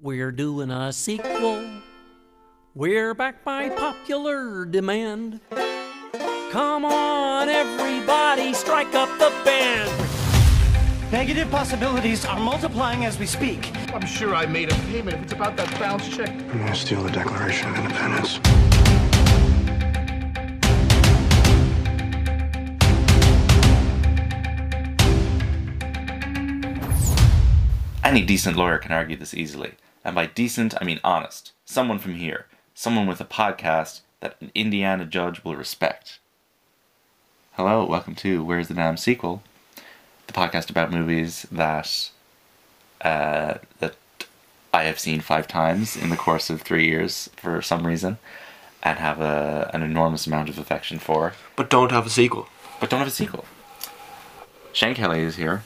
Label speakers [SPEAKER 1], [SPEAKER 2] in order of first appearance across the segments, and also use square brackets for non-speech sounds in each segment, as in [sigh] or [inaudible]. [SPEAKER 1] We're doing a sequel. We're back by popular demand. Come on, everybody, strike up the band.
[SPEAKER 2] Negative possibilities are multiplying as we speak.
[SPEAKER 3] I'm sure I made a payment. If it's about that bounce check,
[SPEAKER 4] I'm gonna steal the Declaration of Independence.
[SPEAKER 5] Any decent lawyer can argue this easily. And by decent, I mean honest. Someone from here. Someone with a podcast that an Indiana judge will respect. Hello, welcome to Where's the Nam sequel, the podcast about movies that uh, that I have seen five times in the course of three years for some reason, and have a, an enormous amount of affection for,
[SPEAKER 6] but don't have a sequel.
[SPEAKER 5] but don't have a sequel. Shane Kelly is here.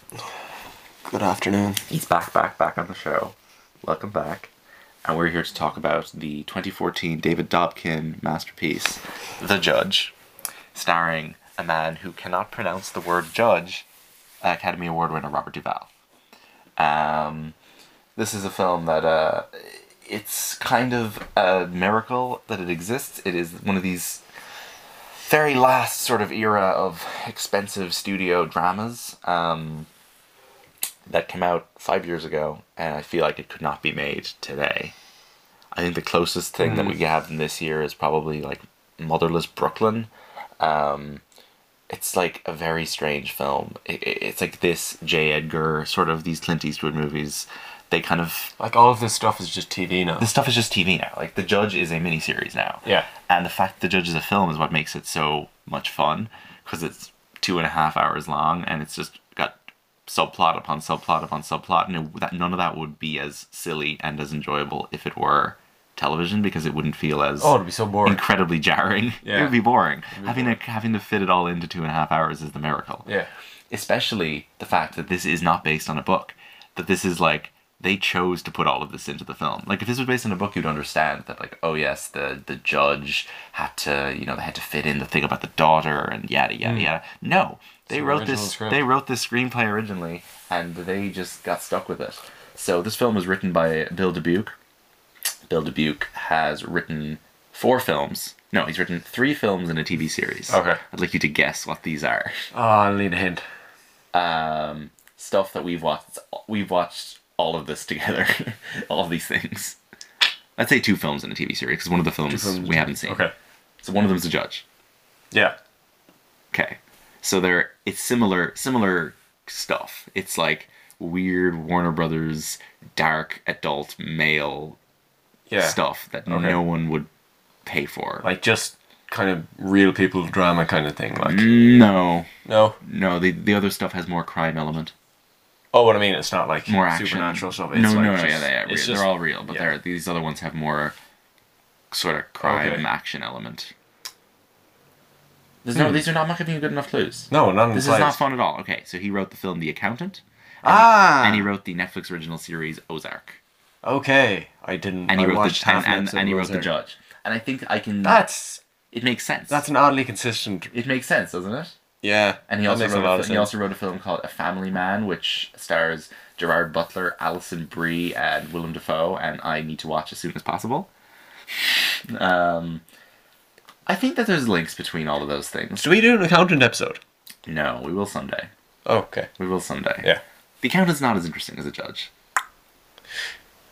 [SPEAKER 6] Good afternoon.
[SPEAKER 5] He's back, back, back on the show. Welcome back. And we're here to talk about the 2014 David Dobkin masterpiece, The Judge, starring a man who cannot pronounce the word judge, Academy Award winner Robert Duvall. Um, this is a film that uh, it's kind of a miracle that it exists. It is one of these very last sort of era of expensive studio dramas. Um, that came out five years ago, and I feel like it could not be made today. I think the closest thing that we have in this year is probably like Motherless Brooklyn. Um, it's like a very strange film. It, it- it's like this J. Edgar sort of these Clint Eastwood movies. They kind of
[SPEAKER 6] Like all of this stuff is just TV now.
[SPEAKER 5] this stuff is just TV now. Like the Judge is a miniseries now.
[SPEAKER 6] Yeah.
[SPEAKER 5] And the fact the Judge is a film is what makes it so much fun because it's two and a half hours long and it's just got subplot upon subplot upon subplot and it, that none of that would be as silly and as enjoyable if it were television because it wouldn't feel as
[SPEAKER 6] oh, it'd be so boring.
[SPEAKER 5] incredibly jarring. It
[SPEAKER 6] Yeah.
[SPEAKER 5] would be boring. having to having to fit it all into two and a half hours is the miracle
[SPEAKER 6] yeah.
[SPEAKER 5] especially the fact that this is not based on a book that this is like they chose to put all of this into the film like if this was based on a book you'd understand that like oh yes the the judge had to you know they had to fit in the thing about the daughter and yada yada yada no they
[SPEAKER 6] an
[SPEAKER 5] wrote this
[SPEAKER 6] Hmm. original script.
[SPEAKER 5] they wrote this screenplay originally and they just got stuck with it so this film was written by bill dubuque bill dubuque has written four films no he's written three films and a tv series
[SPEAKER 6] Okay.
[SPEAKER 5] i'd like you to guess what these are [laughs]
[SPEAKER 6] Oh, I'll need a hint.
[SPEAKER 5] um, stuff that we've watched. We've watched all of this together, [laughs] all of these things. I'd say two films and a TV series because one of the films,
[SPEAKER 6] films.
[SPEAKER 5] we haven't seen. So one of them's a judge.
[SPEAKER 6] Yeah.
[SPEAKER 5] Okay. So they're it's similar similar stuff. It's like weird Warner Brothers dark adult male
[SPEAKER 6] Yeah.
[SPEAKER 5] stuff that
[SPEAKER 6] Okay.
[SPEAKER 5] no one would pay for.
[SPEAKER 6] Like just kind of real people drama kind of thing. Like
[SPEAKER 5] Mm. no,
[SPEAKER 6] no.
[SPEAKER 5] no. The the other stuff has more crime element.
[SPEAKER 6] Oh, what I mean, it's not like
[SPEAKER 5] more action.
[SPEAKER 6] supernatural stuff. It's
[SPEAKER 5] No,
[SPEAKER 6] like
[SPEAKER 5] no, no,
[SPEAKER 6] just-
[SPEAKER 5] yeah, they are
[SPEAKER 6] it's
[SPEAKER 5] real.
[SPEAKER 6] just-
[SPEAKER 5] they're all real, but
[SPEAKER 6] yeah.
[SPEAKER 5] they're, these other ones have more sort of crime
[SPEAKER 6] Okay.
[SPEAKER 5] action element. Hmm. There's no, these are not. I'm not giving you good enough clues.
[SPEAKER 6] No, none of
[SPEAKER 5] this
[SPEAKER 6] this.
[SPEAKER 5] is not fun at all. Okay, so he wrote the film The Accountant,
[SPEAKER 6] Ah.
[SPEAKER 5] and he wrote the Netflix original series Ozark,
[SPEAKER 6] okay, I didn't.
[SPEAKER 5] and he
[SPEAKER 6] I
[SPEAKER 5] wrote
[SPEAKER 6] watched
[SPEAKER 5] the and,
[SPEAKER 6] half an
[SPEAKER 5] and,
[SPEAKER 6] episode
[SPEAKER 5] and he
[SPEAKER 6] of
[SPEAKER 5] wrote the
[SPEAKER 6] Ozark.
[SPEAKER 5] Judge. And I think I can.
[SPEAKER 6] That's
[SPEAKER 5] it makes sense.
[SPEAKER 6] that's an oddly consistent.
[SPEAKER 5] it makes sense, doesn't it?
[SPEAKER 6] Yeah.
[SPEAKER 5] And he
[SPEAKER 6] that
[SPEAKER 5] also
[SPEAKER 6] makes
[SPEAKER 5] wrote
[SPEAKER 6] a
[SPEAKER 5] a,
[SPEAKER 6] lot of
[SPEAKER 5] fi- he
[SPEAKER 6] sense.
[SPEAKER 5] also wrote a film called A Family Man, which stars Gerard Butler, Alison Brie, and Willem Dafoe, and I need to watch as soon as possible. Um, I think that there's links between all of those things.
[SPEAKER 6] Do we do an accountant episode?
[SPEAKER 5] No, we will someday.
[SPEAKER 6] Oh, okay.
[SPEAKER 5] We will someday.
[SPEAKER 6] Yeah.
[SPEAKER 5] The accountant's not as interesting as the judge.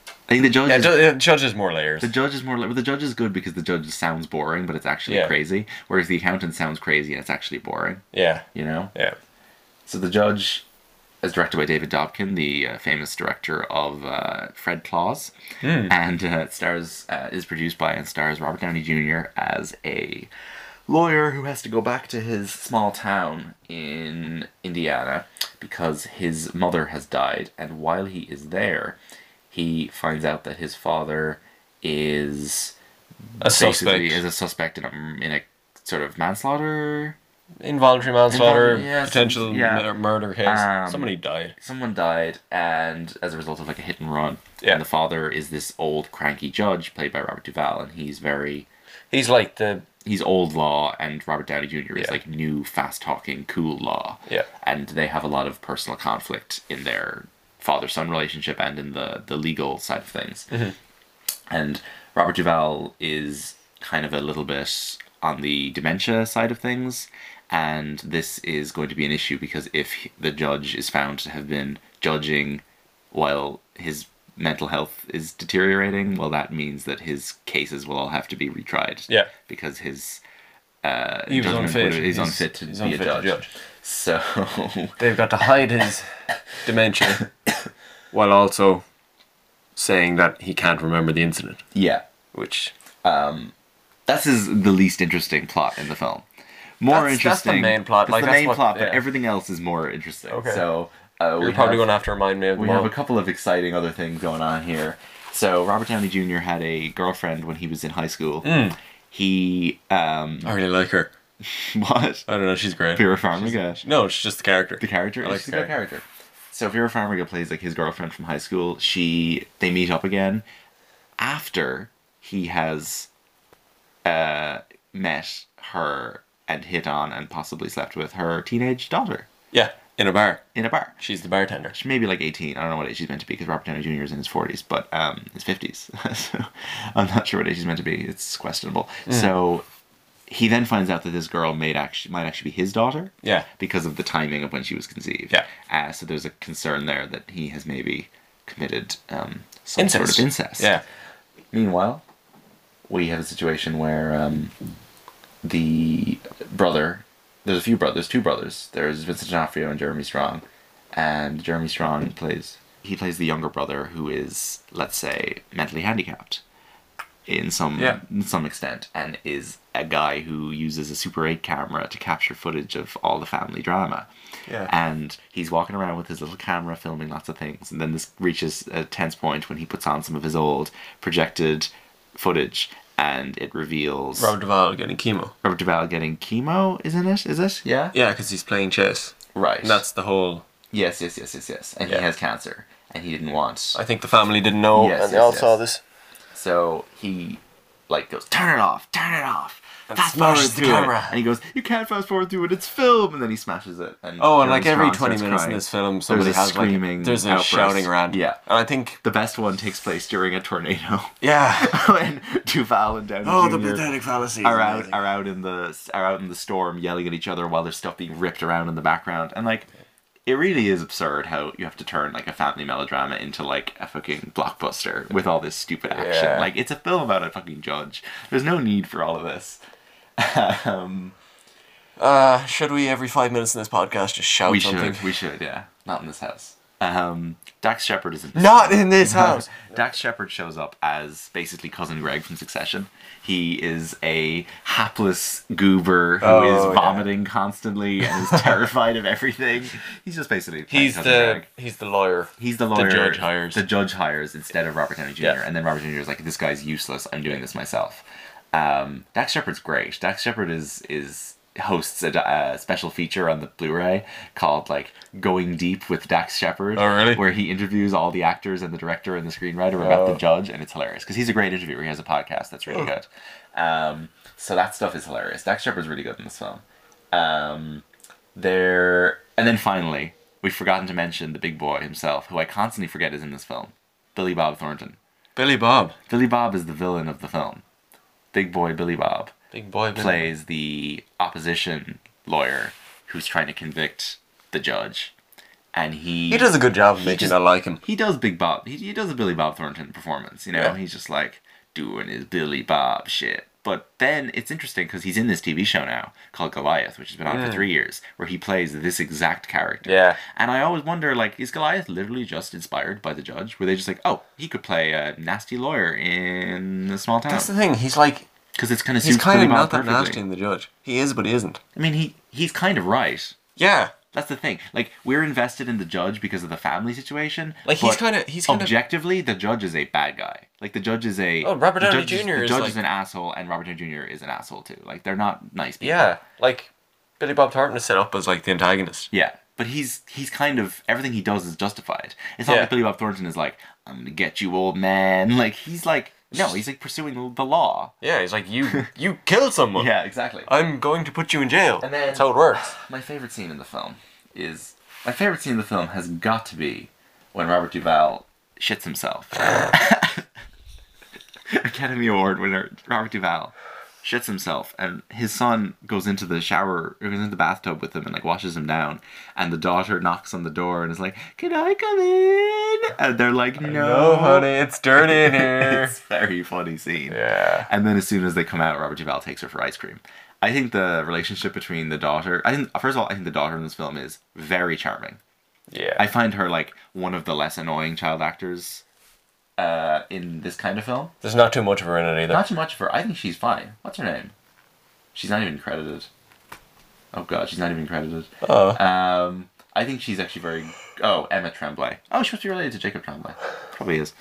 [SPEAKER 5] I think the judge.
[SPEAKER 6] Yeah.
[SPEAKER 5] is,
[SPEAKER 6] ju- yeah, Judge has more layers.
[SPEAKER 5] the judge is more. Like, the judge is good because the judge sounds boring, but it's actually
[SPEAKER 6] Yeah.
[SPEAKER 5] crazy. Whereas the accountant sounds crazy and it's actually boring.
[SPEAKER 6] Yeah.
[SPEAKER 5] You know.
[SPEAKER 6] Yeah.
[SPEAKER 5] So the judge is directed by David Dobkin, the uh, famous director of uh, Fred Claus, and uh, it stars uh, is produced by and stars Robert Downey Jr. as a lawyer who has to go back to his small town in Indiana because his mother has died, and while he is there, he finds out that his father is
[SPEAKER 6] A
[SPEAKER 5] basically
[SPEAKER 6] suspect.
[SPEAKER 5] is a suspect in a, in a sort of manslaughter
[SPEAKER 6] involuntary manslaughter,
[SPEAKER 5] Invol- yeah,
[SPEAKER 6] potential
[SPEAKER 5] some- yeah.
[SPEAKER 6] mur- murder case.
[SPEAKER 5] Um,
[SPEAKER 6] Somebody died.
[SPEAKER 5] someone died and as a result of like a hit and run
[SPEAKER 6] Yeah.
[SPEAKER 5] and the father is this old cranky judge played by robert duvall and he's very
[SPEAKER 6] He's like the
[SPEAKER 5] he's old law and robert downey jr is
[SPEAKER 6] Yeah.
[SPEAKER 5] like new fast talking cool law
[SPEAKER 6] Yeah.
[SPEAKER 5] and they have a lot of personal conflict in their father son relationship and in the the legal side of things.
[SPEAKER 6] Mm-hmm.
[SPEAKER 5] And Robert Duvall is kind of a little bit on the dementia side of things, and this is going to be an issue because if he- the judge is found to have been judging while his mental health is deteriorating, well, that means that his cases will all have to be retried.
[SPEAKER 6] Yeah.
[SPEAKER 5] because his
[SPEAKER 6] He was
[SPEAKER 5] judgment
[SPEAKER 6] unfit.
[SPEAKER 5] would- He's, unfit to
[SPEAKER 6] he's
[SPEAKER 5] be
[SPEAKER 6] unfit
[SPEAKER 5] a
[SPEAKER 6] to
[SPEAKER 5] judge. So [laughs]
[SPEAKER 6] They've got to hide his [laughs] dementia while also saying that he can't remember the incident,
[SPEAKER 5] yeah,
[SPEAKER 6] which
[SPEAKER 5] that's his the least interesting plot in the film. More
[SPEAKER 6] That's- that's the
[SPEAKER 5] interesting.
[SPEAKER 6] main plot,
[SPEAKER 5] That's
[SPEAKER 6] like,
[SPEAKER 5] the
[SPEAKER 6] that's
[SPEAKER 5] main
[SPEAKER 6] what-
[SPEAKER 5] plot,
[SPEAKER 6] yeah.
[SPEAKER 5] but everything else is more interesting.
[SPEAKER 6] Okay.
[SPEAKER 5] So uh,
[SPEAKER 6] you're
[SPEAKER 5] we
[SPEAKER 6] probably
[SPEAKER 5] have-
[SPEAKER 6] going to have to remind me of.
[SPEAKER 5] We
[SPEAKER 6] them
[SPEAKER 5] have
[SPEAKER 6] all.
[SPEAKER 5] a couple of exciting other things going on here. So Robert Downey Jr. had a girlfriend when he was in high school.
[SPEAKER 6] Mm.
[SPEAKER 5] He um [laughs]
[SPEAKER 6] I really like her.
[SPEAKER 5] what?
[SPEAKER 6] I don't know. She's great.
[SPEAKER 5] Vera Farmiga.
[SPEAKER 6] No, she's just the character.
[SPEAKER 5] The character.
[SPEAKER 6] I like
[SPEAKER 5] She's
[SPEAKER 6] the
[SPEAKER 5] a good character. So Vera Farmiga plays like his girlfriend from high school. She they meet up again after he has uh met her and hit on and possibly slept with her teenage daughter
[SPEAKER 6] Yeah, in a bar.
[SPEAKER 5] in a bar.
[SPEAKER 6] She's the bartender.
[SPEAKER 5] She may be like 18. I don't know what age she's meant to be because Robert Downey Jr. is in his 40s, but um, his 50s. [laughs] so I'm not sure what age she's meant to be. It's questionable.
[SPEAKER 6] Mm.
[SPEAKER 5] So he then finds out that this girl might actually might actually be his daughter.
[SPEAKER 6] Yeah.
[SPEAKER 5] Because of the timing of when she was conceived.
[SPEAKER 6] Yeah.
[SPEAKER 5] Uh, so there's a concern there that he has maybe committed um, some sort of incest.
[SPEAKER 6] Yeah.
[SPEAKER 5] Meanwhile, we have a situation where um, the brother, there's a few brothers, two brothers. There's Vincent D'Onofrio and Jeremy Strong, and Jeremy Strong plays he plays the younger brother who is, let's say, mentally handicapped in some
[SPEAKER 6] Yeah.
[SPEAKER 5] in some extent, and is a guy who uses a Super 8 camera to capture footage of all the family drama.
[SPEAKER 6] Yeah.
[SPEAKER 5] And he's walking around with his little camera filming lots of things, and then this reaches a tense point when he puts on some of his old projected footage, and it reveals
[SPEAKER 6] Robert Duvall getting chemo.
[SPEAKER 5] Robert Duvall getting chemo, isn't it? Is it? Yeah.
[SPEAKER 6] Yeah, because he's playing chess.
[SPEAKER 5] Right.
[SPEAKER 6] And that's the whole.
[SPEAKER 5] yes, yes, yes, yes, yes. And
[SPEAKER 6] Yeah.
[SPEAKER 5] he has cancer, and he didn't want.
[SPEAKER 6] I think the family didn't know,
[SPEAKER 5] Yes,
[SPEAKER 6] and they
[SPEAKER 5] yes,
[SPEAKER 6] all
[SPEAKER 5] yes.
[SPEAKER 6] saw this.
[SPEAKER 5] So he like goes, turn it off, turn it off. Fast
[SPEAKER 6] smashes
[SPEAKER 5] forward
[SPEAKER 6] the
[SPEAKER 5] through
[SPEAKER 6] camera.
[SPEAKER 5] it. And he goes, you can't fast forward through it. It's film. And then he smashes it. And
[SPEAKER 6] Oh, and like
[SPEAKER 5] Jeremy
[SPEAKER 6] every
[SPEAKER 5] Strong
[SPEAKER 6] twenty
[SPEAKER 5] starts
[SPEAKER 6] minutes in
[SPEAKER 5] crying.
[SPEAKER 6] this film, somebody
[SPEAKER 5] There's a
[SPEAKER 6] has
[SPEAKER 5] screaming
[SPEAKER 6] like there's a
[SPEAKER 5] outburst.
[SPEAKER 6] shouting around.
[SPEAKER 5] Yeah.
[SPEAKER 6] and I think
[SPEAKER 5] The best one takes place during a tornado
[SPEAKER 6] yeah.
[SPEAKER 5] [laughs] when Duval and Downey
[SPEAKER 6] Oh, the
[SPEAKER 5] Jr.
[SPEAKER 6] pathetic fallacy. is
[SPEAKER 5] are out
[SPEAKER 6] amazing.
[SPEAKER 5] are out in the are out in the storm yelling at each other while there's stuff being ripped around in the background and like it really is absurd how you have to turn like a family melodrama into like a fucking blockbuster with all this stupid action.
[SPEAKER 6] Yeah.
[SPEAKER 5] Like it's a film about a fucking judge. There's no need for all of this. um,
[SPEAKER 6] Uh, should we every five minutes in this podcast just shout
[SPEAKER 5] we
[SPEAKER 6] something?
[SPEAKER 5] should, we should, yeah. Not in this house. Um, Dax Shepard is in this
[SPEAKER 6] Not in this house.
[SPEAKER 5] Dax Shepard shows up as basically cousin Greg from Succession. He is a hapless goober who is
[SPEAKER 6] Oh, yeah.
[SPEAKER 5] vomiting constantly and
[SPEAKER 6] [laughs]
[SPEAKER 5] is terrified of everything. He's just basically playing
[SPEAKER 6] He's
[SPEAKER 5] cousin
[SPEAKER 6] the
[SPEAKER 5] Greg.
[SPEAKER 6] he's the lawyer.
[SPEAKER 5] He's the lawyer.
[SPEAKER 6] judge hires.
[SPEAKER 5] The judge hires instead of Robert Downey Jr.
[SPEAKER 6] Yeah.
[SPEAKER 5] And then Robert Jr. is like, "This guy's useless. I'm doing this myself." Um, Dax Shepard's great. Dax Shepard is is hosts a, a special feature on the Blu-ray called like "Going Deep with Dax Shepard."
[SPEAKER 6] Oh, really?
[SPEAKER 5] Where he interviews all the actors and the director and the screenwriter about
[SPEAKER 6] Oh.
[SPEAKER 5] the judge, and it's hilarious because he's a great interviewer. He has a podcast that's really good. Um, so that stuff is hilarious. Dax Shepard's really good in this film. Um, there, and then finally, we've forgotten to mention the big boy himself, who I constantly forget is in this film, Billy Bob Thornton.
[SPEAKER 6] Billy Bob,
[SPEAKER 5] Billy Bob is the villain of the film. Big boy Billy Bob
[SPEAKER 6] big boy. Billy.
[SPEAKER 5] plays the opposition lawyer who's trying to convict the judge, and he
[SPEAKER 6] He does a good job of making
[SPEAKER 5] just-
[SPEAKER 6] I like him.
[SPEAKER 5] he does Big Bob. He, he does a Billy Bob Thornton performance. You know,
[SPEAKER 6] Yeah.
[SPEAKER 5] he's just like doing his Billy Bob shit. But then it's interesting because he's in this TV show now called Goliath, which has been on for three years, where he plays this exact character.
[SPEAKER 6] Yeah.
[SPEAKER 5] And I always wonder, like, is Goliath literally just inspired by the judge? Were they just like, oh, he could play a nasty lawyer in a small town?
[SPEAKER 6] That's the thing. He's like
[SPEAKER 5] Because it's kind of
[SPEAKER 6] he's
[SPEAKER 5] suits
[SPEAKER 6] kind
[SPEAKER 5] Billy
[SPEAKER 6] of
[SPEAKER 5] Bob
[SPEAKER 6] not that nasty
[SPEAKER 5] perfectly.
[SPEAKER 6] in the judge. He is, but he isn't.
[SPEAKER 5] I mean, he he's kind of right.
[SPEAKER 6] Yeah.
[SPEAKER 5] That's the thing. Like we're invested in the judge because of the family situation.
[SPEAKER 6] Like, he's
[SPEAKER 5] but
[SPEAKER 6] kinda- he's kinda-
[SPEAKER 5] objectively the judge is a bad guy. Like the judge is a
[SPEAKER 6] Oh, Robert
[SPEAKER 5] the
[SPEAKER 6] Downey
[SPEAKER 5] judge is-
[SPEAKER 6] Jr.
[SPEAKER 5] The
[SPEAKER 6] is,
[SPEAKER 5] judge
[SPEAKER 6] like-
[SPEAKER 5] is an asshole, and Robert Downey Jr. is an asshole too. Like they're not nice people.
[SPEAKER 6] Yeah. Like Billy Bob Thornton is set up as like
[SPEAKER 5] [laughs]
[SPEAKER 6] the antagonist.
[SPEAKER 5] Yeah, but he's he's kind of everything he does is justified. It's not
[SPEAKER 6] Yeah.
[SPEAKER 5] like Billy Bob Thornton is like I'm gonna get you, old man. [laughs] Like he's like no, he's like pursuing the law.
[SPEAKER 6] Yeah. He's like you. you killed someone.
[SPEAKER 5] Yeah, exactly.
[SPEAKER 6] I'm going to put you in jail.
[SPEAKER 5] And then-
[SPEAKER 6] That's [sighs] how it works.
[SPEAKER 5] my favorite scene in the film is my favorite scene in the film has got to be when Robert Duvall shits himself. Academy Award winner Robert Duvall shits himself, and his son goes into the shower, or goes into the bathtub with him, and like washes him down. And the daughter knocks on the door and is like, "Can I come in?" And they're like, "No,
[SPEAKER 6] Oh, it's dirty in [laughs] here.
[SPEAKER 5] It's a very funny scene.
[SPEAKER 6] yeah.
[SPEAKER 5] And then as soon as they come out, Robert Duvall takes her for ice cream. I think the relationship between the daughter, I think first of all, I think the daughter in this film is very charming.
[SPEAKER 6] Yeah.
[SPEAKER 5] I find her like one of the less annoying child actors uh, in this kind of film.
[SPEAKER 6] There's not too much of her in it either.
[SPEAKER 5] Not too much of her. I think she's fine. What's her name? She's not even credited. Oh god, she's not even credited.
[SPEAKER 6] Oh.
[SPEAKER 5] Um, I think she's actually very. Oh, Emma Tremblay. Oh, she must be related to Jacob Tremblay. Probably is.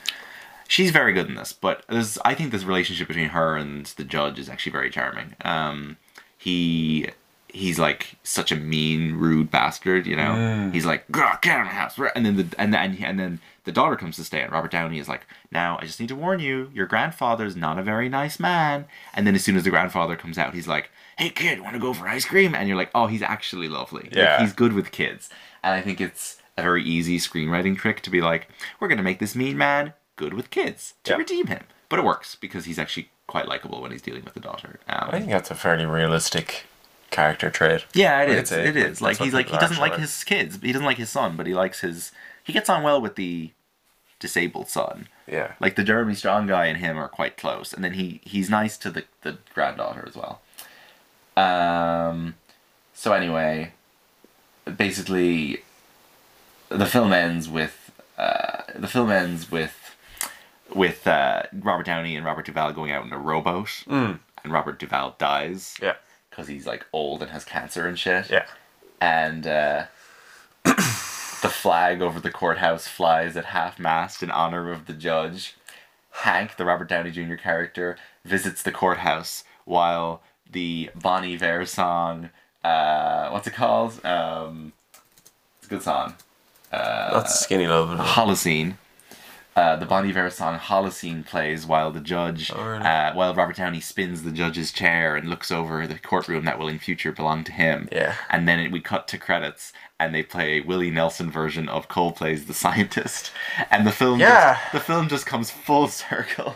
[SPEAKER 5] She's very good in this, but this, I think this relationship between her and the judge is actually very charming. Um, he he's like such a mean, rude bastard. You know, he's like, "Grr, get out of my house!" right?" And then the and then and then the daughter comes to stay, and Robert Downey is like, "Now I just need to warn you, your grandfather's not a very nice man." And then as soon as the grandfather comes out, he's like, "Hey kid, want to go for ice cream?" And you're like, "Oh, he's actually lovely. Like,
[SPEAKER 6] Yeah.
[SPEAKER 5] he's good with kids." And I think it's a very easy screenwriting trick to be like, "We're gonna make this mean man good with kids to
[SPEAKER 6] Yeah.
[SPEAKER 5] redeem him." But it works because he's actually quite likable when he's dealing with the daughter. Um,
[SPEAKER 6] I think that's a fairly realistic character trait.
[SPEAKER 5] yeah, it
[SPEAKER 6] I'd
[SPEAKER 5] is.
[SPEAKER 6] say
[SPEAKER 5] It is.
[SPEAKER 6] that's
[SPEAKER 5] Like
[SPEAKER 6] what
[SPEAKER 5] he's like
[SPEAKER 6] people
[SPEAKER 5] he doesn't
[SPEAKER 6] actually
[SPEAKER 5] like his kids. He doesn't like his son, but he likes his. He gets on well with the disabled son.
[SPEAKER 6] Yeah.
[SPEAKER 5] Like the Jeremy Strong guy and him are quite close, and then he he's nice to the the granddaughter as well. Um. So anyway, basically, the film ends with uh, the film ends with with uh, Robert Downey and Robert Duvall going out in a rowboat, and Robert Duvall dies
[SPEAKER 6] Yeah.
[SPEAKER 5] because he's like old and has cancer and shit.
[SPEAKER 6] Yeah.
[SPEAKER 5] And uh, [coughs] the flag over the courthouse flies at half mast in honor of the judge. Hank, the Robert Downey Jr. character, visits the courthouse while the Bonnie Iver song, uh, what's it called? Um, it's a good song.
[SPEAKER 6] that's skinny love.
[SPEAKER 5] Holocene. Uh, the Bon Iver song Holocene plays while the judge,
[SPEAKER 6] really?
[SPEAKER 5] uh, while Robert Downey spins the judge's chair and looks over the courtroom that will in future belong to him.
[SPEAKER 6] Yeah.
[SPEAKER 5] And then it, we cut to credits and they play a Willie Nelson version of Coldplay's The Scientist. And the film,
[SPEAKER 6] Yeah. Hmm.
[SPEAKER 5] just, the film just comes full [laughs] circle.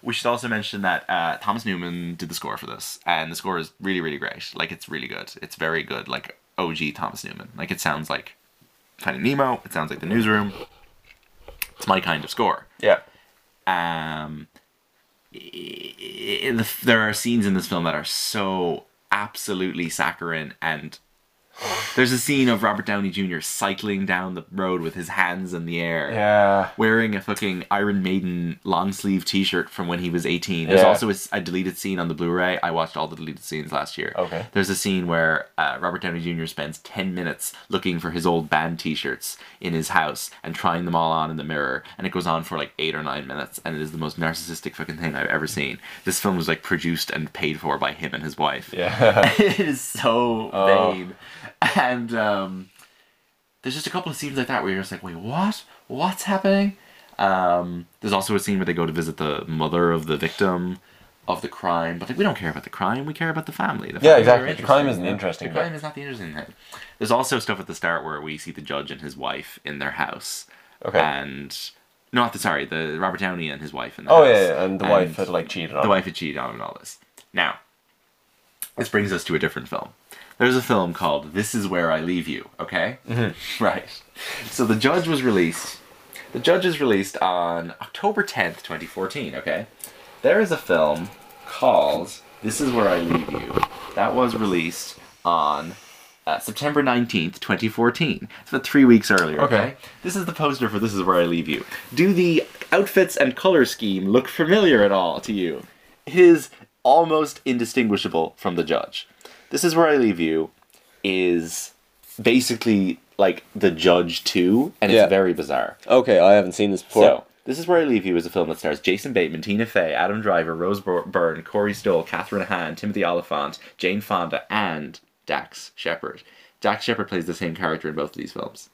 [SPEAKER 5] We should also mention that uh, Thomas Newman did the score for this, and the score is really, really great. Like, it's really good. It's very good. Like, OG Thomas Newman. Like, it sounds like kind of Nemo. It sounds like the newsroom. It's my kind of score.
[SPEAKER 6] [sighs] Yeah.
[SPEAKER 5] Um, i- i- the- there are scenes in this film that are so absolutely saccharine and. There's a scene of Robert Downey Jr. cycling down the road with his hands in the air
[SPEAKER 6] Yeah.
[SPEAKER 5] wearing a fucking Iron Maiden long sleeve t shirt from when he was 18. There's
[SPEAKER 6] Yeah.
[SPEAKER 5] also a, s- a deleted scene on the Blu ray. I watched all the deleted scenes last year.
[SPEAKER 6] Okay.
[SPEAKER 5] There's a scene where uh, Robert Downey Jr. spends 10 minutes looking for his old band t shirts in his house and trying them all on in the mirror. And it goes on for like eight or nine minutes. And it is the most narcissistic fucking thing I've ever seen. This film was like produced and paid for by him and his wife
[SPEAKER 6] [laughs] Yeah.
[SPEAKER 5] [laughs] it is so
[SPEAKER 6] Oh.
[SPEAKER 5] vain. And um, there's just a couple of scenes like that where you're just like, wait, what? What's happening? Um, there's also a scene where they go to visit the mother of the victim of the crime, but like we don't care about the crime, we care about the family. The family are
[SPEAKER 6] exactly. The crime
[SPEAKER 5] interesting,
[SPEAKER 6] isn't
[SPEAKER 5] you know?
[SPEAKER 6] interesting,
[SPEAKER 5] The
[SPEAKER 6] but-
[SPEAKER 5] crime is not the interesting thing. There's also stuff at the start where we see the judge and his wife in their house.
[SPEAKER 6] Okay.
[SPEAKER 5] And not the sorry, the Robert Downey and his wife in the
[SPEAKER 6] oh
[SPEAKER 5] house.
[SPEAKER 6] yeah, yeah, and the wife had like cheated
[SPEAKER 5] The
[SPEAKER 6] on. him.
[SPEAKER 5] wife had cheated on him and all this. Now, this brings us to a different film. There's a film called This Is Where I Leave You, okay?
[SPEAKER 6] Mm-hmm.
[SPEAKER 5] [laughs] Right. So The Judge was released. The Judge is released on October 10th, 2014, okay? There is a film called This Is Where I Leave You that was released on uh, September 19th, 2014. It's about three weeks earlier, okay.
[SPEAKER 6] Okay.
[SPEAKER 5] This is the poster for This Is Where I Leave You. Do the outfits and color scheme look familiar at all to you? It is almost indistinguishable from The Judge. This Is Where I Leave You is basically like The Judge 2, and
[SPEAKER 6] Yeah.
[SPEAKER 5] it's very bizarre.
[SPEAKER 6] Okay, I haven't seen this before.
[SPEAKER 5] So, This Is Where I Leave You is a film that stars Jason Bateman, Tina Fey, Adam Driver, Rose Bur- Byrne, Corey Stoll, Catherine Hahn, Timothy Oliphant, Jane Fonda, and Dax Shepard. Dax Shepard plays the same character in both of these films.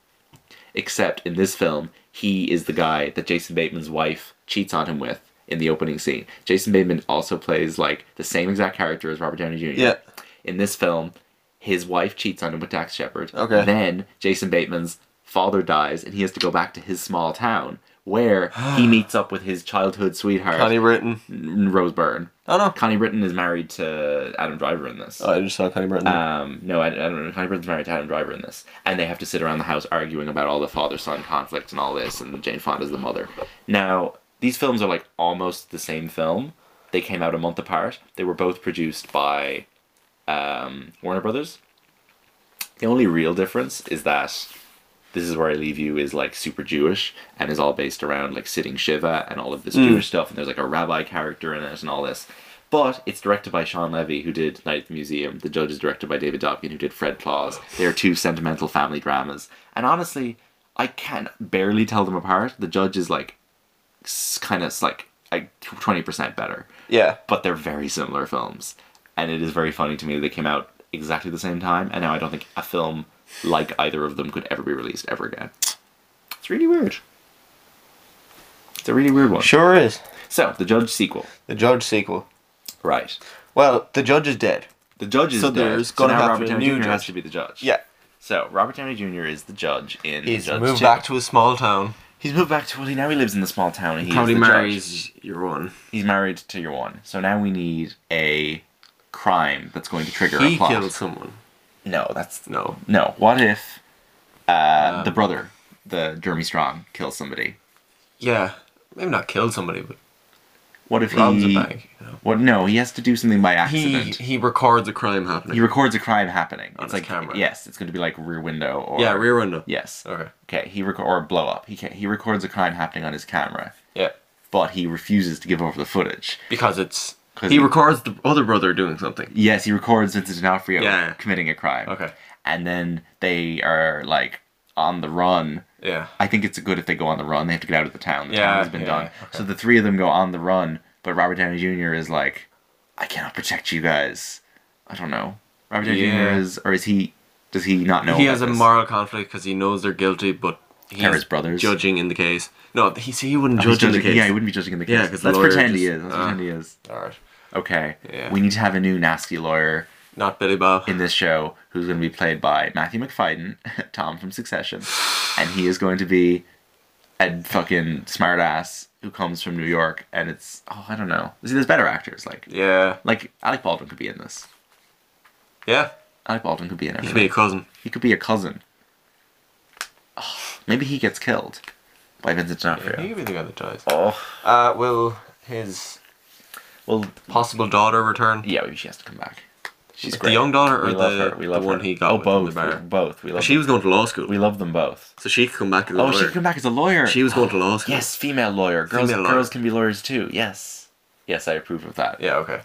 [SPEAKER 5] Except in this film, he is the guy that Jason Bateman's wife cheats on him with in the opening scene. Jason Bateman also plays like the same exact character as Robert Downey Jr.
[SPEAKER 6] Yeah.
[SPEAKER 5] In this film, his wife cheats on him with Dax Shepard.
[SPEAKER 6] Okay.
[SPEAKER 5] Then Jason Bateman's father dies, and he has to go back to his small town where he
[SPEAKER 6] [sighs]
[SPEAKER 5] meets up with his childhood sweetheart,
[SPEAKER 6] Connie Britton.
[SPEAKER 5] N- Rose Byrne.
[SPEAKER 6] Oh no.
[SPEAKER 5] Connie Britton is married to Adam Driver in this.
[SPEAKER 6] Oh, I just saw Connie Britton.
[SPEAKER 5] Um, no, I, I don't know. Connie Britton's married to Adam Driver in this, and they have to sit around the house arguing about all the father-son conflict and all this, and Jane Fonda's the mother. Now, these films are like almost the same film. They came out a month apart. They were both produced by um, Warner Brothers. The only real difference is that this is where I leave you is like super Jewish and is all based around like sitting Shiva and all of this Jewish stuff and there's like a rabbi character in it and all this. But it's directed by Sean Levy, who did Night at the Museum. The Judge is directed by David Dobkin, who did Fred Claus. They are two sentimental family dramas. And honestly, I can barely tell them apart. The Judge is like kind of like like, 20% better
[SPEAKER 6] yeah.
[SPEAKER 5] but they're very similar films. And it is very funny to me that they came out exactly the same time, and now I don't think a film like either of them could ever be released ever again. It's really weird. It's a really weird one.
[SPEAKER 6] Sure is.
[SPEAKER 5] So, the Judge sequel.
[SPEAKER 6] The Judge sequel.
[SPEAKER 5] Right.
[SPEAKER 6] Well, the Judge is dead.
[SPEAKER 5] The Judge is
[SPEAKER 6] So
[SPEAKER 5] dead,
[SPEAKER 6] there's
[SPEAKER 5] so
[SPEAKER 6] gonna
[SPEAKER 5] now
[SPEAKER 6] have
[SPEAKER 5] Robert
[SPEAKER 6] to be
[SPEAKER 5] Downey
[SPEAKER 6] a new
[SPEAKER 5] Jr. has
[SPEAKER 6] judge.
[SPEAKER 5] to be the judge.
[SPEAKER 6] Yeah.
[SPEAKER 5] So, Robert Downey Jr. is the judge in
[SPEAKER 6] He's
[SPEAKER 5] the Judge
[SPEAKER 6] moved
[SPEAKER 5] 2.
[SPEAKER 6] back to a small town.
[SPEAKER 5] He's moved back to, well, he, now he lives in the small town and he
[SPEAKER 6] Probably
[SPEAKER 5] is the judge.
[SPEAKER 6] marries your one.
[SPEAKER 5] He's married to your one. So now we need a crime that's going to trigger a
[SPEAKER 6] He
[SPEAKER 5] plot.
[SPEAKER 6] killed someone.
[SPEAKER 5] No, that's
[SPEAKER 6] No.
[SPEAKER 5] No. What if uh, the brother, the Jeremy Strong, kills somebody?
[SPEAKER 6] Yeah. Maybe not killed somebody, but
[SPEAKER 5] What if
[SPEAKER 6] robs
[SPEAKER 5] he?
[SPEAKER 6] a bank. You know.
[SPEAKER 5] What? No, he has to do something by
[SPEAKER 6] He
[SPEAKER 5] accident. He,
[SPEAKER 6] he records a crime happening.
[SPEAKER 5] records a crime happening.
[SPEAKER 6] On
[SPEAKER 5] it's
[SPEAKER 6] his
[SPEAKER 5] like
[SPEAKER 6] camera.
[SPEAKER 5] yes, it's going to be like Rear Window or
[SPEAKER 6] yeah, rear window.
[SPEAKER 5] yes.
[SPEAKER 6] Okay.
[SPEAKER 5] Okay, he record or blow up. He can- he records a crime happening on his camera,
[SPEAKER 6] Yeah.
[SPEAKER 5] but he refuses to give over the footage.
[SPEAKER 6] Because it's
[SPEAKER 5] 'Cause
[SPEAKER 6] he
[SPEAKER 5] it-
[SPEAKER 6] records the other brother doing something.
[SPEAKER 5] Yes, he records Vincent D'Onofrio
[SPEAKER 6] Yeah.
[SPEAKER 5] committing a crime.
[SPEAKER 6] Okay.
[SPEAKER 5] and then they are like on the run
[SPEAKER 6] Yeah.
[SPEAKER 5] I think it's good if they go on the run. They have to get out of the town. The
[SPEAKER 6] Yeah,
[SPEAKER 5] town has been
[SPEAKER 6] yeah,
[SPEAKER 5] done.
[SPEAKER 6] okay.
[SPEAKER 5] So the three of them go on the run, but Robert Downey Jr. is like, I cannot protect you guys. I don't know. Robert Downey
[SPEAKER 6] Yeah.
[SPEAKER 5] Jr. is, or is he? Does he not know?
[SPEAKER 6] he
[SPEAKER 5] about
[SPEAKER 6] has a
[SPEAKER 5] this?
[SPEAKER 6] moral conflict because he knows they're guilty, but he's
[SPEAKER 5] They're his brothers.
[SPEAKER 6] judging in the case. No, he see, he wouldn't
[SPEAKER 5] Oh, he's
[SPEAKER 6] judge in the case.
[SPEAKER 5] Yeah, he wouldn't be judging in the case.
[SPEAKER 6] Yeah, 'cause the
[SPEAKER 5] let's
[SPEAKER 6] lawyer
[SPEAKER 5] pretend he
[SPEAKER 6] just-
[SPEAKER 5] is. Let's
[SPEAKER 6] uh.
[SPEAKER 5] pretend he is.
[SPEAKER 6] All right,
[SPEAKER 5] Okay.
[SPEAKER 6] Yeah.
[SPEAKER 5] We need to have a new nasty lawyer
[SPEAKER 6] not Billy Bob.
[SPEAKER 5] in this show who's going to be played by Matthew McFadden, [laughs] Tom from Succession, and he is going to be a fucking smartass who comes from New York, and it's oh I don't know. See, there's better actors like
[SPEAKER 6] yeah,
[SPEAKER 5] like Alec Baldwin could be in this.
[SPEAKER 6] yeah,
[SPEAKER 5] Alec Baldwin could be in
[SPEAKER 6] he
[SPEAKER 5] everything.
[SPEAKER 6] could be a cousin.
[SPEAKER 5] cousin. [sighs] Oh, maybe he gets killed by Vincent D'Onofrio.
[SPEAKER 6] He could be the guy that dies.
[SPEAKER 5] Oh
[SPEAKER 6] Uh, will his
[SPEAKER 5] well,
[SPEAKER 6] possible daughter return?
[SPEAKER 5] yeah, maybe she has to come back. She's
[SPEAKER 6] The
[SPEAKER 5] great.
[SPEAKER 6] young daughter or
[SPEAKER 5] we love
[SPEAKER 6] the-
[SPEAKER 5] her. We
[SPEAKER 6] the
[SPEAKER 5] love
[SPEAKER 6] one
[SPEAKER 5] her.
[SPEAKER 6] he got
[SPEAKER 5] Oh,
[SPEAKER 6] with in the
[SPEAKER 5] both.
[SPEAKER 6] bar?
[SPEAKER 5] We- both. We love.
[SPEAKER 6] She was going to law school,
[SPEAKER 5] We love them both.
[SPEAKER 6] so she could come back as a
[SPEAKER 5] Oh,
[SPEAKER 6] lawyer.
[SPEAKER 5] she can back as a lawyer.
[SPEAKER 6] She was going to law school.
[SPEAKER 5] Yes, female lawyer. Girls,
[SPEAKER 6] Female lawyer.
[SPEAKER 5] girls can be lawyers too. Yes, yes, I approve of that.
[SPEAKER 6] Yeah. Okay.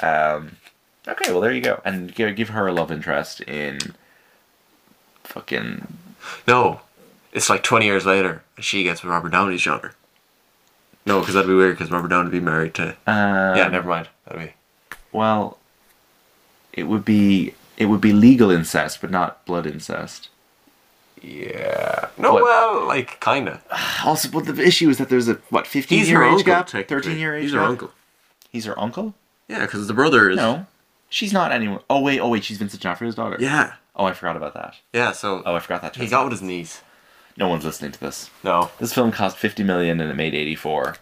[SPEAKER 5] Um, okay, well there you go, and give, give her a love interest in fucking
[SPEAKER 6] No, it's like 20 years later, and she gets with Robert Downey's daughter. No, because that'd be weird, because Robert Downey would be married to.
[SPEAKER 5] um,
[SPEAKER 6] yeah, never mind. That'd be.
[SPEAKER 5] Well, it would be it would be legal incest, but not blood incest.
[SPEAKER 6] Yeah. No,
[SPEAKER 5] What?
[SPEAKER 6] well, like kinda.
[SPEAKER 5] Also, but the issue is that there's a what fifteen year age gap, thirteen year age
[SPEAKER 6] He's
[SPEAKER 5] gap.
[SPEAKER 6] her uncle.
[SPEAKER 5] He's her uncle.
[SPEAKER 6] Yeah, because the brother is.
[SPEAKER 5] No, she's not anyone. Oh wait, oh wait, she's Vincent D'Onofrio's daughter.
[SPEAKER 6] Yeah.
[SPEAKER 5] Oh, I forgot about that.
[SPEAKER 6] Yeah. So
[SPEAKER 5] Oh, I forgot that.
[SPEAKER 6] he
[SPEAKER 5] twist.
[SPEAKER 6] got with his niece.
[SPEAKER 5] No one's listening to this.
[SPEAKER 6] No.
[SPEAKER 5] This film cost 50 million and it made 84.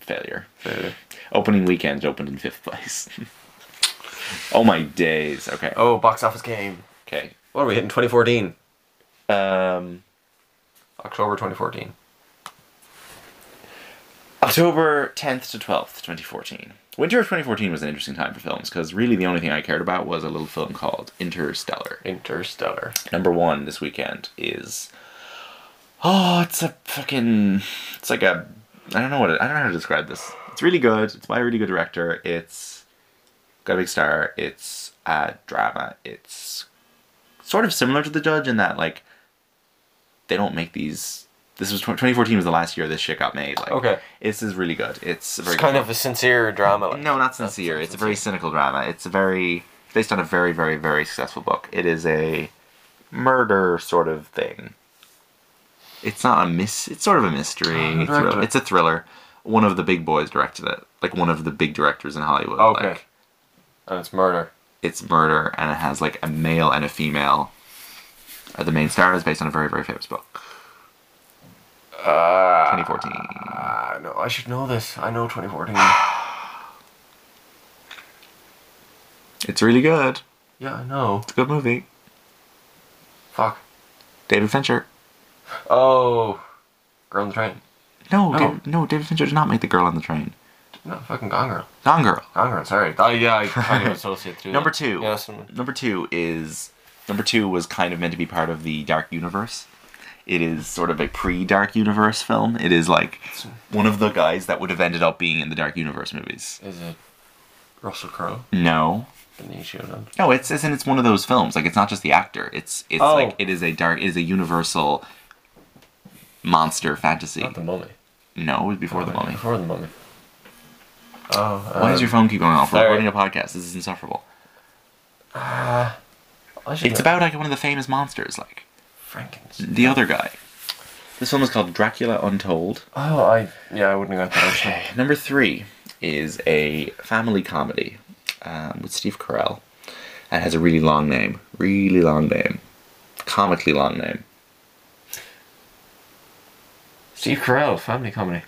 [SPEAKER 5] Failure. Failure. Opening weekend it opened in fifth place. [laughs] oh my days. Okay.
[SPEAKER 6] Oh, box office game.
[SPEAKER 5] Okay.
[SPEAKER 6] What are we hitting? 2014.
[SPEAKER 5] Um,
[SPEAKER 6] October 2014.
[SPEAKER 5] October 10th to 12th, 2014. Winter of 2014 was an interesting time for films because really the only thing I cared about was a little film called Interstellar.
[SPEAKER 6] Interstellar.
[SPEAKER 5] Number one this weekend is. Oh, it's a fucking. It's like a. I don't know what it, I don't know how to describe this. It's really good. It's by a really good director. It's got a big star. It's a drama. It's sort of similar to The Judge in that like they don't make these. This was tw- 2014 was the last year this shit got made. Like,
[SPEAKER 6] Okay.
[SPEAKER 5] this is really good. It's a
[SPEAKER 6] It's
[SPEAKER 5] very
[SPEAKER 6] kind
[SPEAKER 5] good
[SPEAKER 6] of a sincere drama. Like.
[SPEAKER 5] no, not sincere. It's a very cynical drama. It's a very it's based on a very, very, very successful book. It is a murder sort of thing. It's not a mis. It's sort of a mystery.
[SPEAKER 6] Who directed
[SPEAKER 5] thriller.
[SPEAKER 6] it?
[SPEAKER 5] It's a thriller. One of the big boys directed it. Like one of the big directors in Hollywood.
[SPEAKER 6] Okay.
[SPEAKER 5] Like,
[SPEAKER 6] And it's murder.
[SPEAKER 5] it's murder, and it has like a male and a female Uh, the main star is based on a very, very famous book. Ah. 2014.
[SPEAKER 6] Uh, no, I should know this. I know [sighs] 2014.
[SPEAKER 5] It's really good.
[SPEAKER 6] yeah, I know.
[SPEAKER 5] It's a good movie.
[SPEAKER 6] Fuck.
[SPEAKER 5] David Fincher.
[SPEAKER 6] Oh, Girl on the Train.
[SPEAKER 5] No,
[SPEAKER 6] No.
[SPEAKER 5] David, no, David Fincher did not make The Girl on the Train.
[SPEAKER 6] No, fucking Gone Girl.
[SPEAKER 5] Gone Girl.
[SPEAKER 6] Gone Girl. Sorry. Oh yeah, I kind of associate [laughs] through.
[SPEAKER 5] Number
[SPEAKER 6] that.
[SPEAKER 5] two.
[SPEAKER 6] Yeah, that's one.
[SPEAKER 5] Number two is number two was kind of meant to be part of the Dark Universe. It is sort of a pre-Dark Universe film. It is like one of the guys that would have ended up being in the Dark Universe movies.
[SPEAKER 6] Is it Russell Crowe?
[SPEAKER 5] No,
[SPEAKER 6] Benicio del
[SPEAKER 5] no, it's isn't. It's one of those films. Like it's not just the actor. It's it's
[SPEAKER 6] Oh.
[SPEAKER 5] like it is a dark. It is a universal monster fantasy.
[SPEAKER 6] Not the Mummy.
[SPEAKER 5] no, it was before the mummy.
[SPEAKER 6] Before the Mummy. Oh.
[SPEAKER 5] Why does your phone keep going off? We're
[SPEAKER 6] sorry.
[SPEAKER 5] recording a podcast. This is insufferable. It's about like one of the famous monsters, like
[SPEAKER 6] Frankenstein.
[SPEAKER 5] the other guy. This film is called Dracula Untold.
[SPEAKER 6] Oh, I yeah, I wouldn't have [sighs] got that. Actually.
[SPEAKER 5] Number three is a family comedy um, with Steve Carell, and has a really long name, really long name, comically long name.
[SPEAKER 6] Steve Carell, family comedy.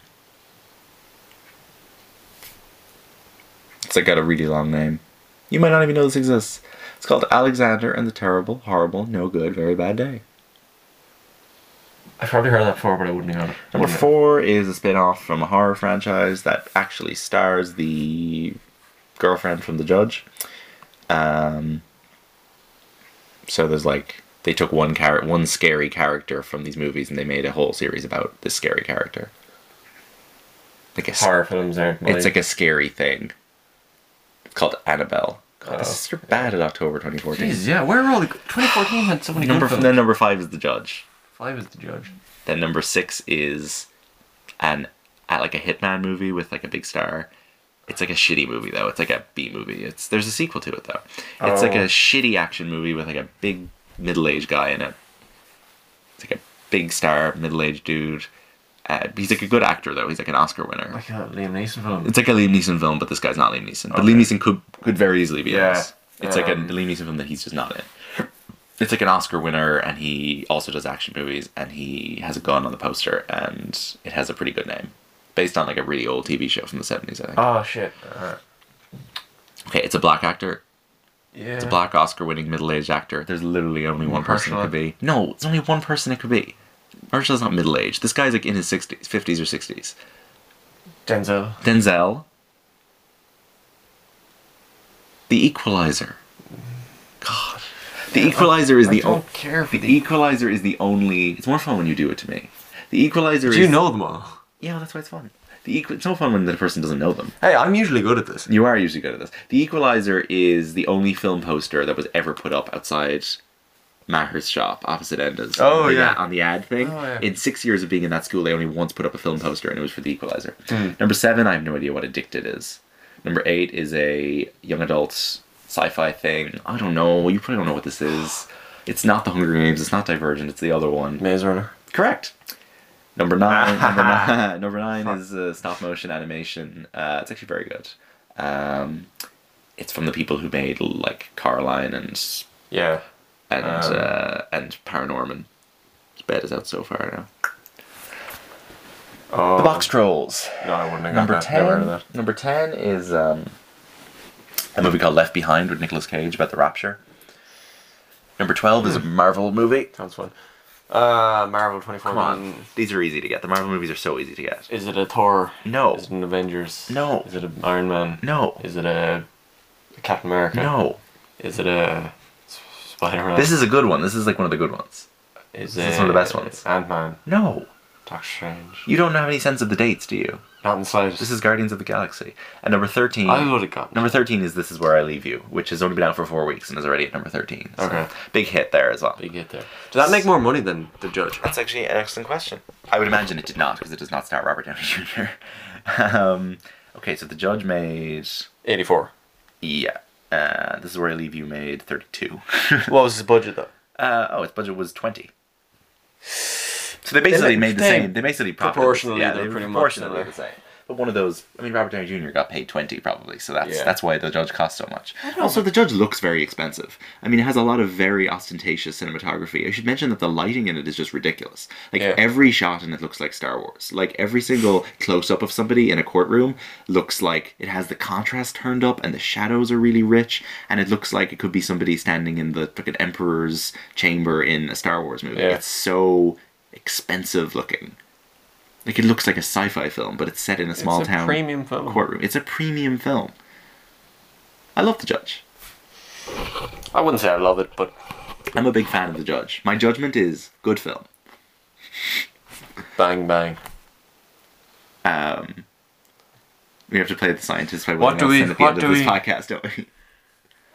[SPEAKER 5] It's like got a really long name. You might not even know this exists. It's called Alexander and the Terrible, Horrible, No Good, Very Bad Day.
[SPEAKER 6] I've probably heard that before, but I wouldn't have got it.
[SPEAKER 5] Number
[SPEAKER 6] Wouldn't
[SPEAKER 5] four is a spin off from a horror franchise that actually stars the girlfriend from The Judge. Um, so there's like, they took one char- one scary character from these movies and they made a whole series about this scary character. Like a,
[SPEAKER 6] it?
[SPEAKER 5] s-
[SPEAKER 6] horror films aren't. My,
[SPEAKER 5] it's like a scary thing. It's called Annabelle. God,
[SPEAKER 6] Oh,
[SPEAKER 5] this is you're bad at October 2014.
[SPEAKER 6] Jeez, yeah. Where were all the 2014 had so many
[SPEAKER 5] Number
[SPEAKER 6] number
[SPEAKER 5] f-
[SPEAKER 6] good
[SPEAKER 5] then
[SPEAKER 6] films.
[SPEAKER 5] number five is The Judge.
[SPEAKER 6] Five is the judge.
[SPEAKER 5] Then number six is an at like a hitman movie with like a big star. It's like a shitty movie though. It's like a B movie. It's there's a sequel to it though. It's like a
[SPEAKER 6] Oh.
[SPEAKER 5] shitty action movie with like a big middle aged guy in it. It's like a big star middle aged dude. Uh, he's like a good actor though. He's like an Oscar winner.
[SPEAKER 6] Like that Liam Neeson film.
[SPEAKER 5] It's like a Liam Neeson film, but this guy's not Liam Neeson. But Liam Neeson could could very easily be
[SPEAKER 6] Yeah.
[SPEAKER 5] in this. It's like a
[SPEAKER 6] Um,
[SPEAKER 5] Liam Neeson film that he's just not in. It's like an Oscar winner, and he also does action movies, and he has a gun on the poster, and it has a pretty good name, based on like a really old TV show from the seventies, I think.
[SPEAKER 6] Oh shit. Uh,
[SPEAKER 5] okay, it's a black actor.
[SPEAKER 6] yeah.
[SPEAKER 5] It's a black Oscar-winning middle-aged actor. There's literally only one person it could be. No, it's only one person it could be. Marshall's not middle-aged. This guy's like in his sixties, fifties or sixties.
[SPEAKER 6] Denzel.
[SPEAKER 5] Denzel. The Equalizer. God. The Equalizer is
[SPEAKER 6] I
[SPEAKER 5] the
[SPEAKER 6] don't
[SPEAKER 5] only.
[SPEAKER 6] care for
[SPEAKER 5] The
[SPEAKER 6] the.
[SPEAKER 5] Equalizer is the only. It's more fun when you do it to me. The Equalizer is.
[SPEAKER 6] Do you know them all?
[SPEAKER 5] Yeah, that's why it's fun. The equal. It's no fun when the person doesn't know them.
[SPEAKER 6] Hey, I'm usually good at this.
[SPEAKER 5] You are usually good at this. The Equalizer is the only film poster that was ever put up outside Maher's shop, opposite Enda's.
[SPEAKER 6] Oh,
[SPEAKER 5] on the
[SPEAKER 6] yeah.
[SPEAKER 5] a- on the ad thing.
[SPEAKER 6] Oh, yeah.
[SPEAKER 5] In six years of being in that school, they only once put up a film poster, and it was for The Equalizer.
[SPEAKER 6] Hmm.
[SPEAKER 5] Number seven, I have no idea what Addicted is. Number eight is a young adult sci-fi thing. I don't know. You probably don't know what this is. It's not The Hunger Games. It's not Divergent. It's the other one.
[SPEAKER 6] Maze Runner.
[SPEAKER 5] Correct. Number [laughs] nine. number nine, number nine is uh, stop motion animation. Uh, it's actually very good. Um, it's from the people who made like Caroline and
[SPEAKER 6] Yeah.
[SPEAKER 5] and
[SPEAKER 6] Um,
[SPEAKER 5] uh, and Paranorman. His bed is out so far now. Oh.
[SPEAKER 6] Oh.
[SPEAKER 5] The Box Trolls.
[SPEAKER 6] No, I wouldn't have got
[SPEAKER 5] Number
[SPEAKER 6] that. Never heard
[SPEAKER 5] ten.
[SPEAKER 6] of that.
[SPEAKER 5] Number ten is um, a movie called Left Behind with Nicolas Cage about the Rapture. Number twelve is a Marvel movie.
[SPEAKER 6] Sounds fun. Uh, Marvel 24.
[SPEAKER 5] Come on, these are easy to get. The Marvel movies are so easy to get.
[SPEAKER 6] Is it a Thor?
[SPEAKER 5] No.
[SPEAKER 6] Is it an Avengers?
[SPEAKER 5] No.
[SPEAKER 6] Is it an Iron Man?
[SPEAKER 5] No.
[SPEAKER 6] Is it a Captain America?
[SPEAKER 5] No.
[SPEAKER 6] Is it a Spider Man?
[SPEAKER 5] This is a good one. This is like one of the good ones.
[SPEAKER 6] is
[SPEAKER 5] this is one of the best ones.
[SPEAKER 6] Ant Man.
[SPEAKER 5] No.
[SPEAKER 6] Doctor Strange.
[SPEAKER 5] You don't have any sense of the dates, do you?
[SPEAKER 6] Not in the slightest.
[SPEAKER 5] This is Guardians of the Galaxy. And number 13.
[SPEAKER 6] I would have gotten.
[SPEAKER 5] Number 13 is This Is Where I Leave You, which has only been out for four weeks and is already at number 13. So
[SPEAKER 6] Okay.
[SPEAKER 5] Big hit there as well.
[SPEAKER 6] Big hit there. Did that make more money than the judge?
[SPEAKER 5] That's actually an excellent question. I would imagine it did not, because it does not start Robert Downey Jr. [laughs] um, okay, so The Judge made.
[SPEAKER 6] 84.
[SPEAKER 5] Yeah. Uh, this Is Where I Leave You made [laughs] 32.
[SPEAKER 6] What was his budget though?
[SPEAKER 5] Uh, oh, its budget was twenty. So they basically
[SPEAKER 6] ma-
[SPEAKER 5] made the
[SPEAKER 6] they-
[SPEAKER 5] same. They basically profited-
[SPEAKER 6] proportionally,
[SPEAKER 5] Yeah,
[SPEAKER 6] they're
[SPEAKER 5] they were
[SPEAKER 6] pretty much
[SPEAKER 5] proportionally
[SPEAKER 6] similar.
[SPEAKER 5] the same. But one of those, I mean, Robert Downey Jr. got paid twenty probably, so that's
[SPEAKER 6] Yeah.
[SPEAKER 5] that's why the judge cost so much. Also, the judge looks very expensive. I mean, it has a lot of very ostentatious cinematography. I should mention that the lighting in it is just ridiculous. Like
[SPEAKER 6] Yeah.
[SPEAKER 5] every shot in it looks like Star Wars. Like every single close up of somebody in a courtroom looks like it has the contrast turned up and the shadows are really rich, and it looks like it could be somebody standing in the fucking emperor's chamber in a Star Wars movie.
[SPEAKER 6] Yeah.
[SPEAKER 5] It's so expensive looking. Like it looks like a sci-fi film, but it's set in a small
[SPEAKER 6] a
[SPEAKER 5] town
[SPEAKER 6] premium film.
[SPEAKER 5] courtroom. It's a premium film. I love the judge.
[SPEAKER 6] I wouldn't say I love it, but
[SPEAKER 5] I'm a big fan of the judge. My judgment is good film.
[SPEAKER 6] bang bang.
[SPEAKER 5] Um, we have to play the scientist by
[SPEAKER 6] What
[SPEAKER 5] what
[SPEAKER 6] do
[SPEAKER 5] do
[SPEAKER 6] we-
[SPEAKER 5] at the
[SPEAKER 6] what
[SPEAKER 5] end
[SPEAKER 6] do
[SPEAKER 5] of this
[SPEAKER 6] we-
[SPEAKER 5] podcast, don't we?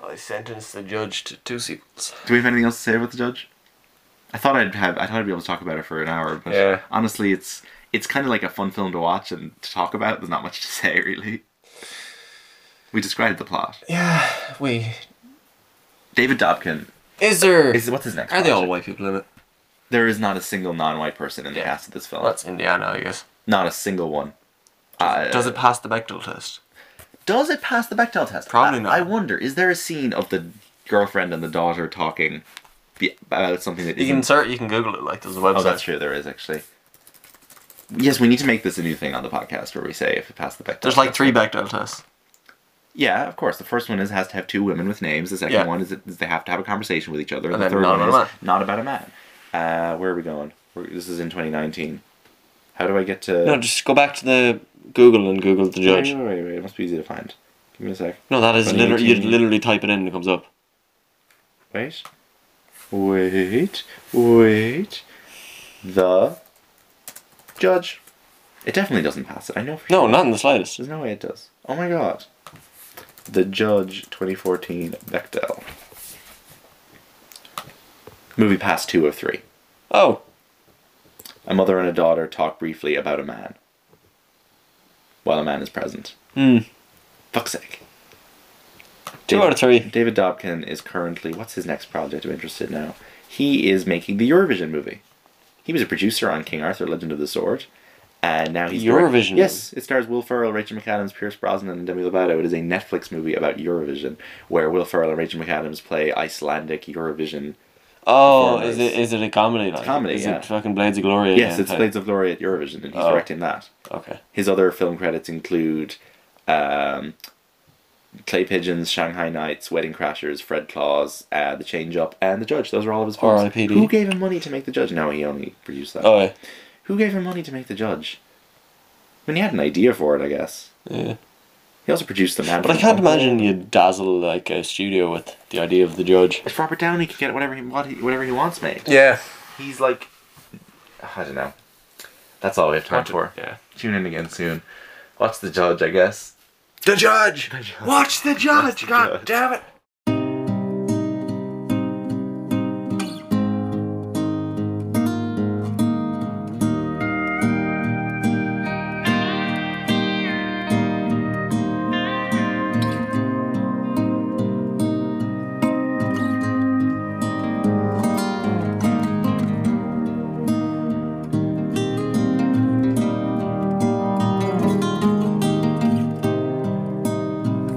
[SPEAKER 6] I sentenced the judge to two sequels.
[SPEAKER 5] Do we have anything else to say about the judge? I thought I'd have. I thought I'd be able to talk about it for an hour, but
[SPEAKER 6] Yeah.
[SPEAKER 5] honestly, it's it's kind of like a fun film to watch and to talk about. There's not much to [laughs] say really. We described the plot.
[SPEAKER 6] Yeah, we.
[SPEAKER 5] David Dobkin
[SPEAKER 6] Is there?
[SPEAKER 5] is what's his next?
[SPEAKER 6] are they all
[SPEAKER 5] project?
[SPEAKER 6] white people in it?
[SPEAKER 5] There is not a single non-white person in the
[SPEAKER 6] Yeah.
[SPEAKER 5] cast of this film.
[SPEAKER 6] Well, that's Indiana, I guess.
[SPEAKER 5] Not a single one. Uh,
[SPEAKER 6] Does it pass the Bechdel test?
[SPEAKER 5] does it pass the Bechdel test?
[SPEAKER 6] Probably
[SPEAKER 5] I-
[SPEAKER 6] not.
[SPEAKER 5] I wonder. Is there a scene of the girlfriend and the daughter talking be- about something that
[SPEAKER 6] You can
[SPEAKER 5] isn't?
[SPEAKER 6] search. You can Google it. Like there's a website.
[SPEAKER 5] Oh, that's true. There is actually. Yes, we need to make this a new thing on the podcast where we say if it passed the Bechdel.
[SPEAKER 6] There's like
[SPEAKER 5] test.
[SPEAKER 6] three Bechdel tests.
[SPEAKER 5] Yeah, of course. The first one is has to have two women with names. The second
[SPEAKER 6] Yeah.
[SPEAKER 5] one is, that they have to have a conversation with each other. And,
[SPEAKER 6] And
[SPEAKER 5] the
[SPEAKER 6] then
[SPEAKER 5] third
[SPEAKER 6] not
[SPEAKER 5] one is
[SPEAKER 6] about a
[SPEAKER 5] not about a man. Uh, where are we going? We're, this is in 2019. How do I get to?
[SPEAKER 6] just go back to the Google and Google the
[SPEAKER 5] wait, wait, wait, wait. It must be easy to find. Give me a sec.
[SPEAKER 6] No, that is
[SPEAKER 5] liter- you'd 2018.
[SPEAKER 6] literally type it in and it comes up.
[SPEAKER 5] Wait. Wait. Wait. The judge. It definitely doesn't pass it. I know for sure.
[SPEAKER 6] not in the slightest.
[SPEAKER 5] There's no way it does. Oh my god. The Judge 2014 Bechdel. Movie passed two of three.
[SPEAKER 6] Oh,
[SPEAKER 5] A mother and a daughter talk briefly about a man. While a man is present.
[SPEAKER 6] Hmm.
[SPEAKER 5] Fuck's sake.
[SPEAKER 6] two
[SPEAKER 5] David-
[SPEAKER 6] out of three.
[SPEAKER 5] David Dobkin is currently what's his next project? I'm interested now. He is making the Eurovision movie. He was a producer on King Arthur: Legend of the Sword, and now he's direct-
[SPEAKER 6] Eurovision
[SPEAKER 5] Yes, it stars Will Ferrell, Rachel McAdams, Pierce Brosnan, and Demi Lovato. It is a Netflix movie about Eurovision, where Will Ferrell and Rachel McAdams play Icelandic Eurovision.
[SPEAKER 6] Oh,
[SPEAKER 5] performers.
[SPEAKER 6] is it is it a comedy? Like
[SPEAKER 5] comedy,
[SPEAKER 6] Is
[SPEAKER 5] yeah.
[SPEAKER 6] it fucking Blades of
[SPEAKER 5] Yes,
[SPEAKER 6] Glory? again
[SPEAKER 5] it's
[SPEAKER 6] type?
[SPEAKER 5] Blades of Glory at Eurovision, and he's
[SPEAKER 6] Oh.
[SPEAKER 5] directing that.
[SPEAKER 6] Okay.
[SPEAKER 5] His other film credits include um, Clay Pigeons, Shanghai Nights, Wedding Crashers, Fred Claus, uh, The Change Up, and The Judge. Those are all of his films.
[SPEAKER 6] R.I.P.D..
[SPEAKER 5] Who gave him money to make The Judge? No, he only produced that.
[SPEAKER 6] Oh, yeah.
[SPEAKER 5] Who gave him money to make The Judge? I mean, he had an idea for it, I guess.
[SPEAKER 6] yeah.
[SPEAKER 5] He also produced The Man.
[SPEAKER 6] But I
[SPEAKER 5] from
[SPEAKER 6] can't
[SPEAKER 5] U.N.C.L..
[SPEAKER 6] imagine you dazzle like a studio with the idea of the judge.
[SPEAKER 5] If Robert Downey can get whatever he, what he whatever he wants made,
[SPEAKER 6] Yeah.
[SPEAKER 5] he's like, I don't know. That's all we have time for.
[SPEAKER 6] Yeah.
[SPEAKER 5] Tune in again soon. Watch The Judge, I guess.
[SPEAKER 6] The judge. Watch the judge.
[SPEAKER 5] God
[SPEAKER 6] damn it.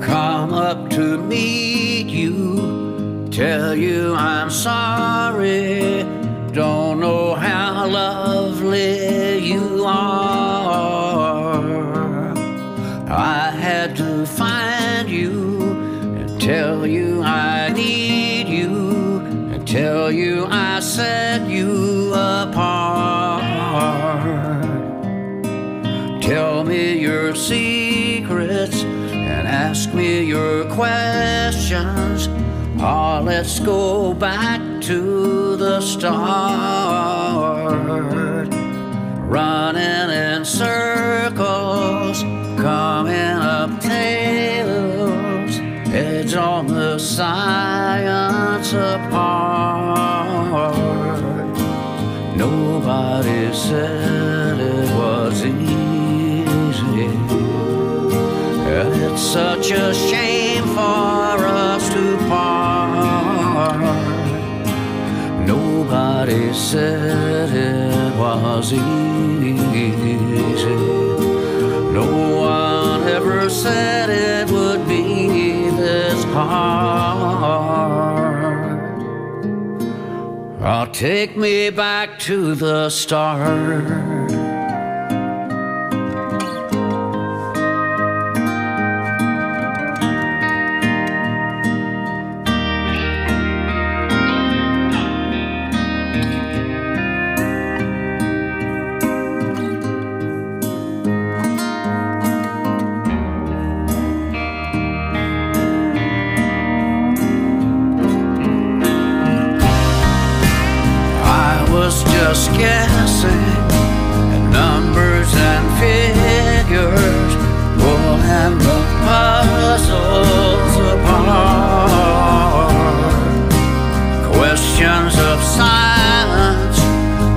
[SPEAKER 7] come up to meet you, tell you I'm sorry. Don't know how lovely you are. I had to find you and tell you I need you and tell you I set you apart. Tell me your secrets and ask me your questions. Ah, let's go back to the start. Running in circles, coming up tails. It's on the science apart. Nobody said it was easy. It's such a shame for us to part. Nobody said it was easy. No said it would be this hard. Oh, take me back to the start. I was just guessing at numbers and figures, pulling the puzzles apart. Questions of silence,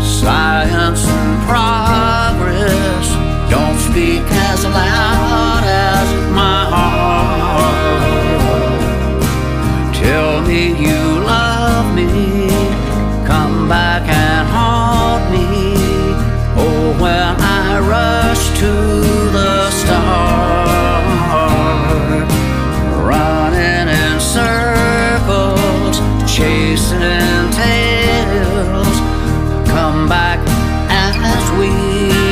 [SPEAKER 7] science and progress don't speak as loud as my heart. Tell me you love me. Come back and haunt me. Oh, when I rush to the start. Running in circles, chasing tails. Come back as we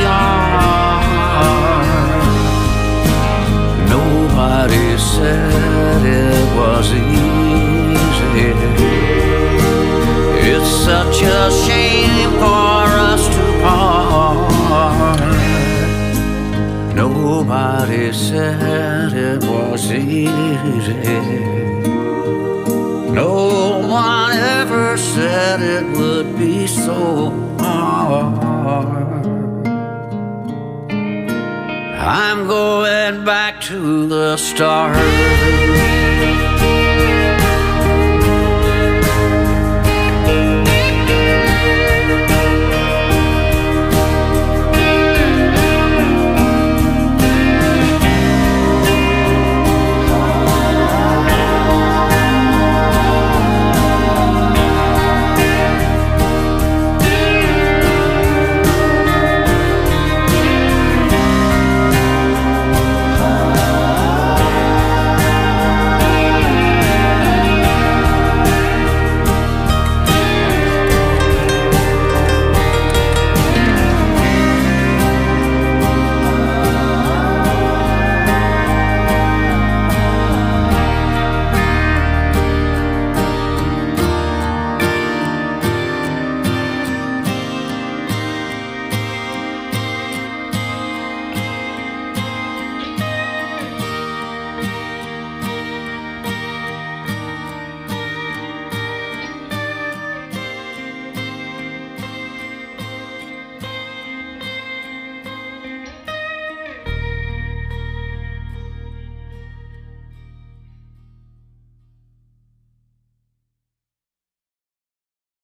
[SPEAKER 7] are. Nobody said it was easy. It's such a shame for us to part. Nobody said it was easy. No one ever said it would be so hard. I'm going back to the start.